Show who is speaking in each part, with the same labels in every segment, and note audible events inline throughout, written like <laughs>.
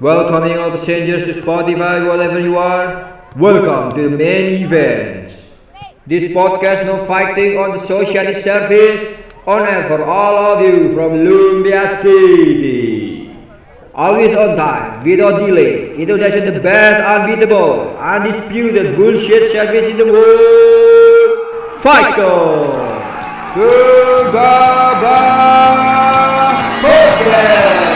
Speaker 1: Welcoming of strangers to Spotify, wherever you are. Welcome to the main event. This podcast no fighting on the social service, honor for all of you from Lumbia City. Always on time, without delay, introduction the best unbeatable, undisputed bullshit service in the world. Fighter! Goodbye! Podcast!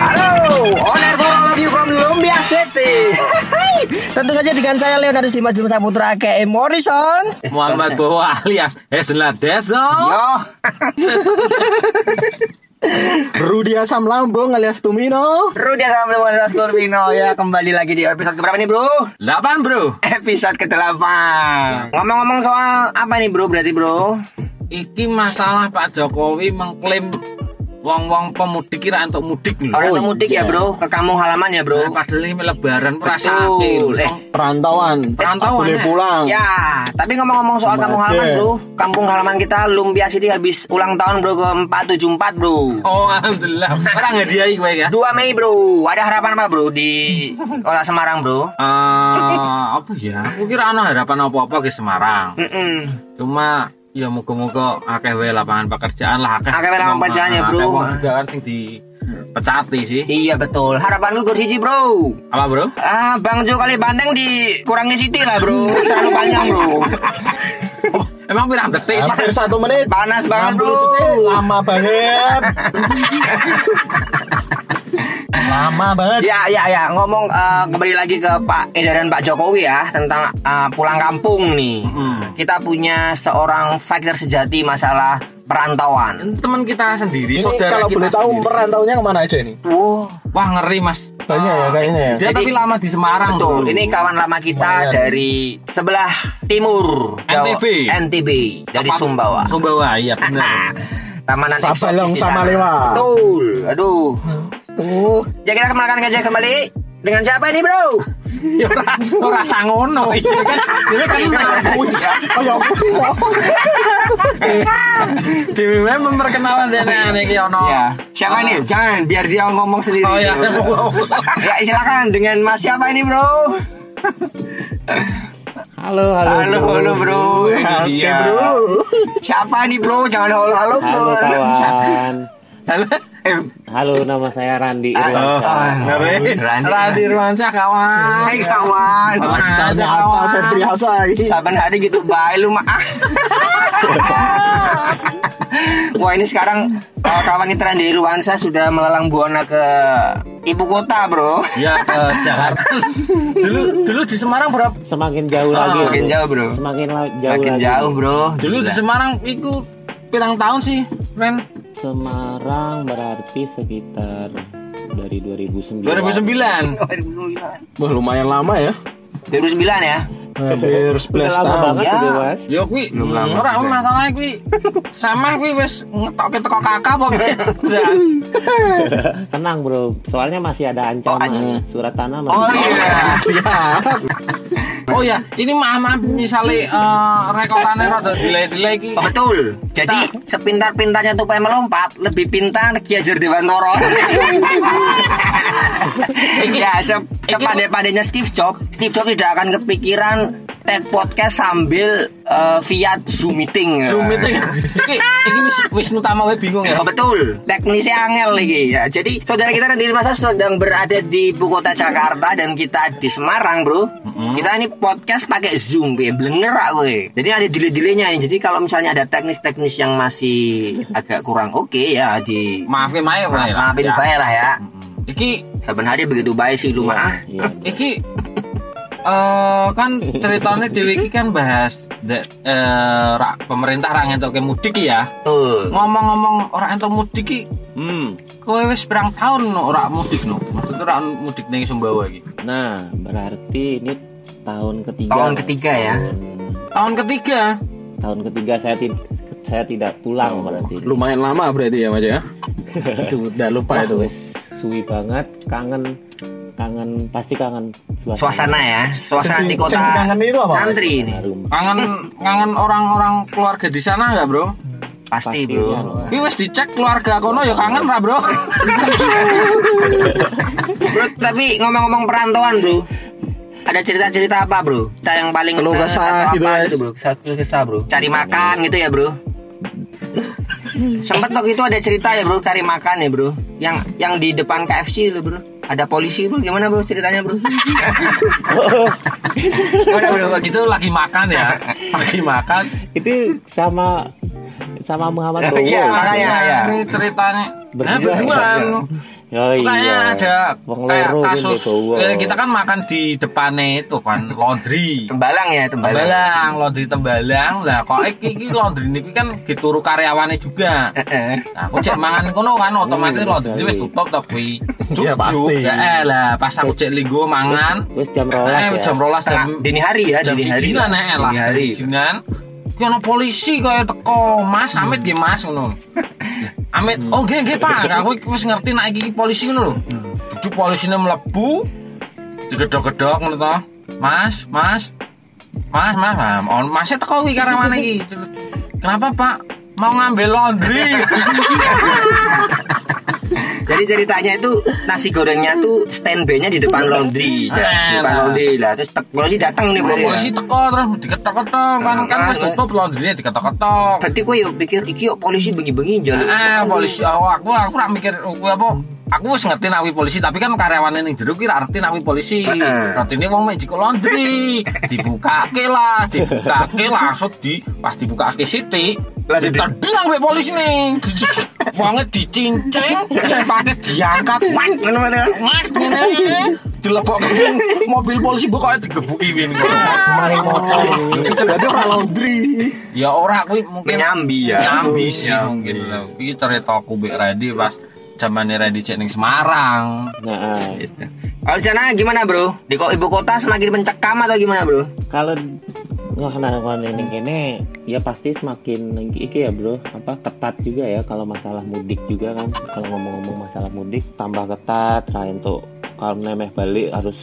Speaker 2: Halo, on air for all of you from Lumbia City. Tentu saja dengan saya Leonardo Dimas Bima Saputra AKM Morrison.
Speaker 3: Muhammad Bowo alias Hesla Deso.
Speaker 2: Yo,
Speaker 4: Rudi Asam Lambung alias Tumino.
Speaker 2: Rudy sama Lumbia Scorpino ya kembali lagi di episode keberapa nih bro?
Speaker 3: Delapan bro.
Speaker 2: Episode ke-8 Ngomong-ngomong soal apa nih bro berarti bro?
Speaker 3: Iki masalah Pak Jokowi mengklaim wong-wong pemudik kira untuk mudik lho.
Speaker 2: Orang oh, mudik ya bro, ke kampung halaman ya bro
Speaker 3: Nah, Padahal ini lebaran perasaan
Speaker 2: Betul eh,
Speaker 4: Perantauan.
Speaker 3: Perantauan,
Speaker 4: Boleh
Speaker 3: ya.
Speaker 4: pulang.
Speaker 2: Ya, tapi ngomong-ngomong soal
Speaker 4: Oh. Sama
Speaker 2: kampung
Speaker 4: aja.
Speaker 2: halaman bro Kampung halaman kita Lumbia City habis ulang tahun bro ke 474 bro
Speaker 3: Oh alhamdulillah. Orang hadiahi kowe ya.
Speaker 2: 2 Mei bro, ada harapan apa bro di kota Semarang bro?
Speaker 3: Eh, apa ya? Aku kira ana harapan apa-apa ke Semarang.
Speaker 2: Mm-mm.
Speaker 3: Cuma ya moga-moga akeh wae lapangan pekerjaan lah akeh.
Speaker 2: Akeh wae lapangan pekerjaan ya, Bro.
Speaker 3: Akeh wong juga kan sing dipecati sih.
Speaker 2: Iya betul, harapanku gor siji bro.
Speaker 3: Apa bro?
Speaker 2: Ah, Bang Jo kali Banteng dikurangi Siti lah bro, terlalu panjang bro.
Speaker 3: Emang pirang detik sih?
Speaker 4: Hampir satu menit.
Speaker 2: Panas banget
Speaker 4: 60
Speaker 2: bro.
Speaker 4: detik. Lama banget. Lama banget.
Speaker 2: Ya ya ya, ngomong eh, kembali lagi ke Pak edaran Pak Jokowi ya tentang eh, pulang kampung nih.
Speaker 3: Mm.
Speaker 2: Kita punya seorang fighter sejati masalah perantauan.
Speaker 3: teman kita
Speaker 4: Ini
Speaker 3: sendiri, saudara
Speaker 4: kalau
Speaker 3: kita
Speaker 4: boleh tahu
Speaker 3: sendiri.
Speaker 4: perantaunya kemana aja ini?
Speaker 2: Wow,
Speaker 3: Wah ngeri mas.
Speaker 4: Banyak ya kayaknya ya.
Speaker 3: Dia
Speaker 2: Jadi-
Speaker 3: tapi lama di Semarang.
Speaker 2: Betul,
Speaker 3: dulu.
Speaker 2: ini kawan lama kita
Speaker 4: Lumayan.
Speaker 2: dari sebelah timur
Speaker 3: NTB.
Speaker 2: NTB dari
Speaker 3: Apa-
Speaker 2: Sumbawa.
Speaker 3: Sumbawa, iya benar.
Speaker 2: Tamanan eksotis
Speaker 4: Sabalong
Speaker 2: di
Speaker 4: sama
Speaker 2: sana.
Speaker 4: Lewa.
Speaker 2: Betul. Aduh.
Speaker 4: Tuh.
Speaker 2: Ya kita kemakan aja kembali dengan siapa ini, Bro?
Speaker 3: Ya ora- ora sangono iki kan. Dhewe kan
Speaker 2: <laughs>
Speaker 3: mas.
Speaker 4: Oh ya aku bisa.
Speaker 3: Dhewe wae memperkenalkan dene ane iki ono.
Speaker 2: Iya. Siapa ini? Jangan, biar dia ngomong sendiri.
Speaker 3: Oh
Speaker 4: iya.
Speaker 3: ya.
Speaker 2: <laughs> ya, silakan dengan Mas siapa ini, Bro?
Speaker 1: Halo, halo.
Speaker 2: Halo, halo, Bro.
Speaker 4: Oke
Speaker 3: Iya.
Speaker 4: bro.
Speaker 2: Siapa nih, Bro? Jangan halo, halo, Bro. Ah,
Speaker 5: Halo kawan.
Speaker 3: Halo. Eh,
Speaker 5: Halo nama saya
Speaker 3: Oh,
Speaker 5: Randi Irwansyah.
Speaker 3: ngeri.
Speaker 2: Randi.
Speaker 3: Randi Irwansyah kawan.
Speaker 2: ah. Hai, kawan. Ah.
Speaker 4: Acaranya Aca Febri Hasai.
Speaker 2: Saban hari gitu bye lu mah Wah ini sekarang eh, kawan kita di Ruansa sudah melelang buana ke ibu kota bro
Speaker 3: Ya ke Jakarta. Dulu dulu di Semarang berapa?
Speaker 5: Semakin jauh
Speaker 3: Ah,
Speaker 5: lagi.
Speaker 2: makin
Speaker 5: Bro.
Speaker 2: jauh, bro.
Speaker 5: Semakin la- jauh
Speaker 2: Makin
Speaker 5: lagi.
Speaker 2: jauh bro
Speaker 3: Dulu di
Speaker 2: Gila.
Speaker 3: Semarang iku pirang tahun sih, Ren?
Speaker 5: Semarang berarti sekitar dari 2009.
Speaker 3: 2009.
Speaker 4: Wah lumayan lama ya.
Speaker 2: 2009 ya
Speaker 4: Hampir 11
Speaker 5: Lama
Speaker 4: tahun. <laughs>
Speaker 5: banget
Speaker 2: Ya.
Speaker 5: sudah mas.
Speaker 3: Yo kuwi
Speaker 2: Belum lama.
Speaker 3: ora masalahnya kuwi sama kuwi wis ngetokke teko kakak apa piye?
Speaker 5: Tenang bro. Soalnya masih ada ancaman
Speaker 2: ancaman.
Speaker 5: surat tanah. masih-
Speaker 2: Oh iya
Speaker 4: Siap.
Speaker 3: Oh ya, ini maaf maaf misale eh, rekodane rada delay-delay iki.
Speaker 2: Oh, betul. Jadi sepintar-pintarnya tupai melompat, lebih pintar Ki Hajar
Speaker 3: <laughs>
Speaker 2: Dewantoro. ya, se sepandai-pandainya Steve Jobs, Steve Jobs tidak akan kepikiran tag podcast sambil eh, via Zoom meeting.
Speaker 3: Zoom
Speaker 2: <laughs>
Speaker 3: meeting. Iki iki wis wis utama wae bingung ya.
Speaker 2: Oh, betul, teknisnya angel lagi ya. Jadi saudara kita di masa sedang berada di ibu kota Jakarta dan kita di Semarang bro. Kita ini podcast pakai Zoom, be. blenger aku. be. Jadi ada delay-delaynya ya. Jadi kalau misalnya ada teknis-teknis yang masih agak kurang oke ya di
Speaker 3: Maafin wae wae. lah.
Speaker 2: maafin
Speaker 3: Ya.
Speaker 2: bae lah ya.
Speaker 3: Iki
Speaker 2: Saben hari begitu baik sih lu mah.
Speaker 5: Iya.
Speaker 3: iki eh kan ceritanya dewi iki kan bahas de, eh, ra- pemerintah ra ngentokke mudik iki ya.
Speaker 2: Tuh.
Speaker 3: Ngomong-ngomong orang entuk mudik iki
Speaker 5: Hmm.
Speaker 3: kowe wis pirang tahun no ora mudik no. Maksudnya ora mudik ning Sumbawa iki.
Speaker 5: Nah berarti ini tahun ketiga.
Speaker 2: Tahun ketiga ya.
Speaker 5: Tahun,
Speaker 3: Tahun ketiga.
Speaker 5: tahun ketiga saya
Speaker 2: Oh.
Speaker 5: tid- saya tidak pulang berarti.
Speaker 4: Lumayan lama berarti ya Mas ya. Aduh, udah lupa itu.
Speaker 5: wes suwi banget, kangen kangen pasti kangen
Speaker 2: Suasana ya, suasana di kota
Speaker 4: Ceng- cengkangan itu apa?
Speaker 2: santri ini.
Speaker 5: Harum.
Speaker 3: kangen kangen orang-orang keluarga di sana nggak bro?
Speaker 2: Pasti,
Speaker 5: Pasti, ya,
Speaker 2: bro.
Speaker 5: Bro.
Speaker 3: Ini wes dicek keluarga kono ya kangen lah bro.
Speaker 2: Bro, tapi ngomong-ngomong perantauan, bro. Ada cerita-cerita apa, bro? Cerita yang paling
Speaker 4: Keluh
Speaker 2: ke-
Speaker 4: kesah
Speaker 2: atau
Speaker 4: gitu,
Speaker 2: apa
Speaker 4: guys.
Speaker 2: gitu, bro? Kesah- Keluh kesah, bro. Cari makan gitu ya, bro. Sempet waktu itu ada cerita ya, bro, cari makan ya, bro. Yang yang di depan KFC lo, bro. Ada polisi, bro. Gimana, bro, ceritanya, bro? <laughs>
Speaker 5: Iya.
Speaker 3: Gimana bro? Waktu itu lagi makan ya, <laughs> lagi makan.
Speaker 5: Itu sama sama Muhammad
Speaker 3: <laughs>
Speaker 5: Bowo.
Speaker 2: Iya, makanya, ya.
Speaker 3: Ini ceritanya. Nah,
Speaker 5: Berdua,
Speaker 3: berduaan.
Speaker 5: Oh
Speaker 3: Makanya
Speaker 5: iya.
Speaker 3: ada
Speaker 5: Wong
Speaker 3: kayak
Speaker 5: loro
Speaker 3: kasus
Speaker 5: ini Bowo.
Speaker 3: eh, kita kan makan di depannya itu kan laundry.
Speaker 2: Tembalang ya, tembalang.
Speaker 3: Tembalang, laundry tembalang lah. Kok iki iki laundry niki kan dituru karyawannya juga.
Speaker 2: Heeh.
Speaker 3: Nah, aku cek mangan kono kan otomatis
Speaker 5: Hmm,
Speaker 3: laundry
Speaker 5: betul.
Speaker 3: wis tutup to kuwi.
Speaker 4: Iya, pasti.
Speaker 3: Ya lah, pas aku cek linggo mangan.
Speaker 5: Wis jam rolas
Speaker 3: Eh
Speaker 5: ya.
Speaker 3: jam 12
Speaker 2: Tengah
Speaker 3: jam
Speaker 2: dini hari ya,
Speaker 3: jam
Speaker 2: dini hari.
Speaker 3: siji lah nek lah
Speaker 2: Dini hari.
Speaker 3: jinan ki ono polisi kaya teko mas amit nggih
Speaker 2: <laughs>
Speaker 3: mas ngono amit
Speaker 2: Hmm.
Speaker 3: oh nggih nggih pak aku wis ngerti nek iki polisi ngono lho
Speaker 2: Hmm.
Speaker 3: Bujuk polisine mlebu digedhog-gedhog ngono to mas mas mas mas mas on masih teko iki karawane iki kenapa pak mau ngambil
Speaker 2: <laughs>
Speaker 3: laundry
Speaker 2: Iya, Jadi ceritanya itu nasi gorengnya tuh standby-nya di depan laundry. ya. Di depan
Speaker 3: Enak.
Speaker 2: laundry lah. Terus tek- polisi datang nih berarti.
Speaker 3: Ah, nah. polisi teko terus diketok-ketok kan kan
Speaker 2: Nah,
Speaker 3: wis
Speaker 2: iya.
Speaker 3: tutup laundrynya diketok-ketok
Speaker 2: Berarti gue yuk pikir iki yuk polisi bengi-bengi jalan.
Speaker 3: Ah, polisi oh, aku aku ora mikir aku apa aku wis ngerti nek kuwi polisi tapi kan karyawane ning jero kuwi ra ngerti nek kuwi polisi.
Speaker 2: Heeh.
Speaker 3: Artine wong mek jiko laundry, dibukake lah, dibukake langsung di pas dibukake sithik
Speaker 2: Lah, di-
Speaker 3: ditendang mek polisi ning. Wonge dicincing, cepake diangkat. Wah,
Speaker 2: Ngono mana?
Speaker 3: Mas, ngene dilebok mobil polisi gue kayak digebuki win
Speaker 4: Maling motor. Berarti orang laundry.
Speaker 3: ya ora kuwi mungkin
Speaker 2: Nyambi ya.
Speaker 3: nyambi sih mungkin lah. Iki cerita aku mbek Randy pas zamane Randy cek ning Semarang.
Speaker 5: Nah, ah.
Speaker 2: Gitu. Kalau di sana gimana bro? Di kok ibu kota semakin mencekam atau gimana bro?
Speaker 5: kalau ngelakuin ini kene ya pasti semakin iki ya bro apa ketat juga ya kalau masalah mudik juga kan kalau ngomong-ngomong masalah mudik tambah ketat lah untuk kalau nemeh balik harus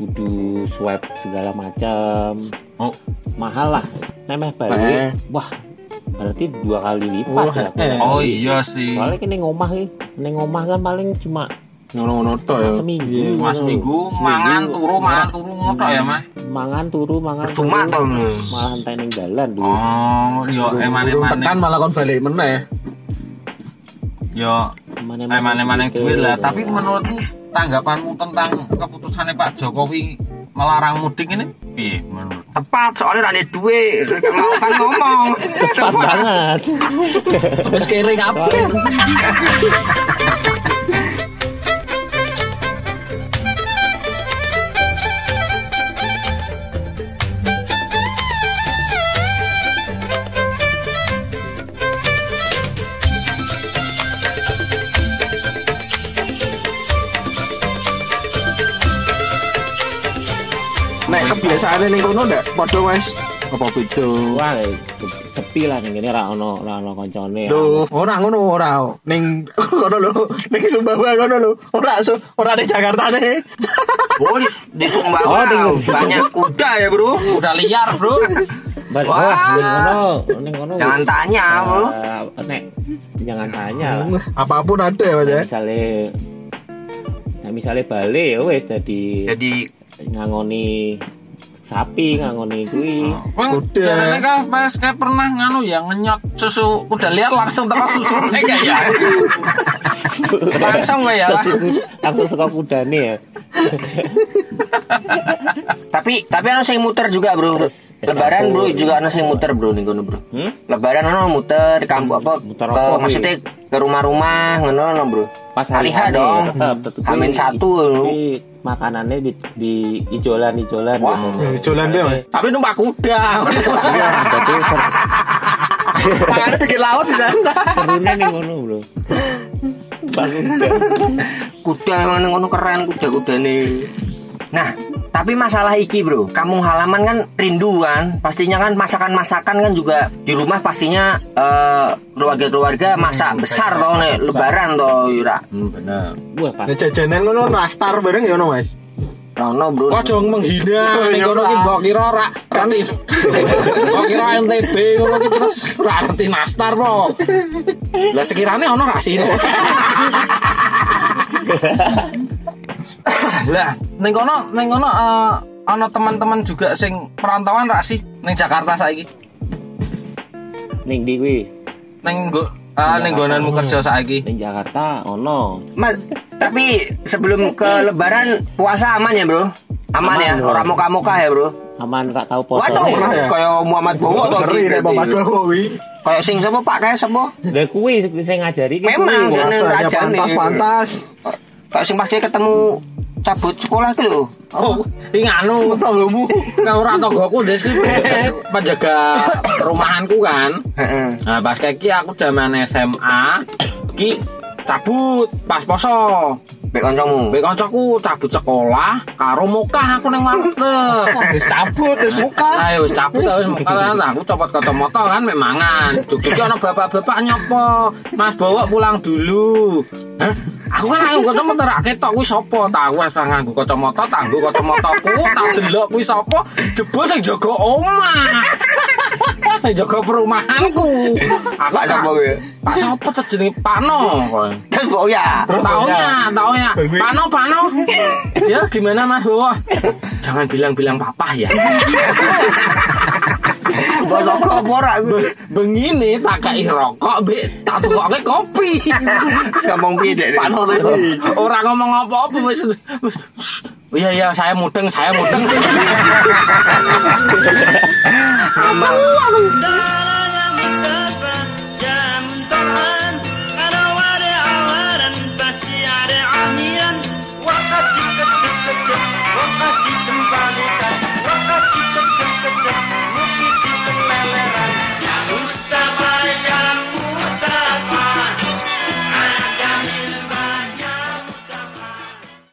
Speaker 5: kudu swab segala macam
Speaker 3: Oh.
Speaker 5: mahal lah
Speaker 2: Mahal.
Speaker 5: nemeh balik wah berarti dua kali lipat
Speaker 4: Wah,
Speaker 5: ya
Speaker 4: eh.
Speaker 3: Oh iya sih.
Speaker 5: soalnya kini ngomah ini neng ngomah kan paling cuma
Speaker 4: Ngono-ngono tok ya.
Speaker 5: Seminggu.
Speaker 4: Iya.
Speaker 3: Mas minggu
Speaker 5: Seminggu.
Speaker 3: mangan turu mangan turu ngono ya Mas.
Speaker 5: mangan turu mangan
Speaker 2: Percuma
Speaker 5: turu,
Speaker 2: toh, Mas.
Speaker 5: malah entah neng jalan dulu
Speaker 3: Oh, yo
Speaker 4: Turun tekan
Speaker 2: eh,
Speaker 3: emane-emane.
Speaker 4: malah kon balik meneh.
Speaker 3: Yo emane-emane Eh, duit lah,
Speaker 5: gitu.
Speaker 3: tapi menurutmu tanggapanmu tentang keputusannya Pak Jokowi melarang mudik ini piye menurut?
Speaker 2: Tepat soalnya ada duit Gak mau kan ngomong.
Speaker 5: cepat banget
Speaker 4: Wis kere kabeh. Nek kebiasaane ning kono ndak padha wis apa beda?
Speaker 5: wah eh, sepi lah nih ini rano rano koncone
Speaker 4: Lho, ora ngono ora. Ning kono lho, ning Sumbawa kono lho. Ora so, ora di Jakarta ne.
Speaker 2: Oh di, di Sumbawa
Speaker 5: Oh, di-
Speaker 2: banyak kuda ya bro.
Speaker 3: Udah liar, Bro.
Speaker 5: Bar-
Speaker 2: Wah.
Speaker 5: wah ning kono ning kono
Speaker 2: Jangan tanya
Speaker 5: Eh,
Speaker 2: bro.
Speaker 5: nek jangan tanya lah
Speaker 4: Apapun ada ya, Mas ya.
Speaker 5: misalnya nah misalnya balik ya wes jadi
Speaker 2: Jadi
Speaker 5: ngangoni sapi ngangoni kui
Speaker 3: Wong
Speaker 4: Udah.
Speaker 3: jarane kan pas kayak pernah nganu ya ngenyot susu udah liar langsung teko <laughs> susu eh kayak ya. langsung kayak ya.
Speaker 5: aku suka kuda nih ya
Speaker 2: tapi tapi ana sing muter juga bro. Lebaran bro juga ana sing muter bro nih kono, bro.
Speaker 5: hmm?
Speaker 2: Lebaran ono muter kampung apa
Speaker 5: Muter
Speaker 2: ke,
Speaker 5: apa, Wi?
Speaker 2: maksudnya ke rumah-rumah ngono ono bro.
Speaker 5: pas
Speaker 2: Hari H dong.
Speaker 5: tetep, tetep.
Speaker 2: Hamin
Speaker 5: Kui-
Speaker 2: satu, lu.
Speaker 5: kui makanannya di, di ijolan ijolan
Speaker 2: Wah,
Speaker 4: Jolan deh, Mas.
Speaker 3: Tapi numpak kuda.
Speaker 5: jadi ser-
Speaker 4: Tangannya pinggir laut sih, Jan.
Speaker 5: serunya nih ngono bro Pas kuda.
Speaker 2: kuda emang ning kono keren kuda-kuda nih. Nah, Tapi masalah iki bro, kampung halaman kan rinduan, pastinya kan masakan-masakan kan juga di rumah pastinya eh, keluarga-keluarga
Speaker 4: Hmm,
Speaker 2: masak besar toh nih, lebaran toh Yura.
Speaker 3: Hmm, benar.
Speaker 5: Wah pasti.
Speaker 4: Nah, jajanan ngono rastar bareng ya ono Mas.
Speaker 2: Rono bro.
Speaker 3: Kok jong menghina ning kono Iya, ki mbok kira ora kanti. <laughs> Mbok kira NTB ngono ki terus ora ngerti nastar po. Lah sekirane ono ra sih. <laughs> Lah ning kono ning kono eh, ana teman-teman juga sing perantauan ra sih ning Jakarta saiki.
Speaker 5: Ning di kuwi,
Speaker 3: Ning nggo ah, ning nggonanmu kerja saiki.
Speaker 5: ning Jakarta ono.
Speaker 2: Mas, tapi sebelum ke lebaran puasa aman ya bro? Aman,
Speaker 5: Aman,
Speaker 2: ya,
Speaker 5: bro.
Speaker 2: orang muka-muka ya bro?
Speaker 5: Aman gak tahu poso.
Speaker 2: Waduh,
Speaker 4: Aman, ya.
Speaker 2: kayak Muhammad Bowo toh.
Speaker 4: Ngeri
Speaker 2: Ki,
Speaker 4: nek Pak
Speaker 2: berarti.
Speaker 4: Madawo kuwi.
Speaker 2: Kayak sing sapa Pak kayak sapa?
Speaker 5: Lah kuwi sing ngajari ki
Speaker 2: Memang.
Speaker 5: kuwi.
Speaker 2: Jajanan
Speaker 4: Rasanya
Speaker 2: rajane.
Speaker 4: pantas-pantas.
Speaker 2: Kayak sing pasti ketemu cabut sekolah ki lho.
Speaker 3: Oh, iki anu
Speaker 4: Tanggamu.
Speaker 3: Nah, ora tanggoku Des ki penjaga- penjaga rumahanku kan.
Speaker 2: Heeh.
Speaker 3: Nah, pas kayak ki aku zaman SMA ki cabut pas poso.
Speaker 2: Bek kancamu.
Speaker 3: Mbek kancaku cabut sekolah karo mukah aku ning
Speaker 4: <laughs>
Speaker 3: warteg.
Speaker 4: Wis cabut wis muka.
Speaker 3: Ayo wis cabut wis mukah kan aku copot kacamata kan mek mangan. Duduke ana bapak-bapak nyopo. Mas bawa pulang dulu. Hah? Aku kan nganggo kacamata ra ketok kuwi sapa ta aku wis nganggo kacamata tanggo kacamataku tak delok kuwi sapa jebul sing jaga omah. Sing jaga
Speaker 4: <laughs>
Speaker 3: perumahanku. Aku
Speaker 2: Pak sapa kuwi?
Speaker 3: Pak sapa tuh jenenge Pano. kowe.
Speaker 2: Terus Bowo ya.
Speaker 3: Tahu ya, tahu ya.
Speaker 4: Bagus.
Speaker 3: Pano, Pano. ya, gimana Mas Bowo? Jangan bilang-bilang papa <laughs> ya.
Speaker 2: Bosok apa ora kuwi?
Speaker 3: Begini tak kei rokok, be tak tukokke kopi.
Speaker 2: Ngomong piye Dek?
Speaker 3: Pano ini. Orang ngomong apa-apa wis wis, shh. Iya iya saya mudeng, saya mudeng. Aman.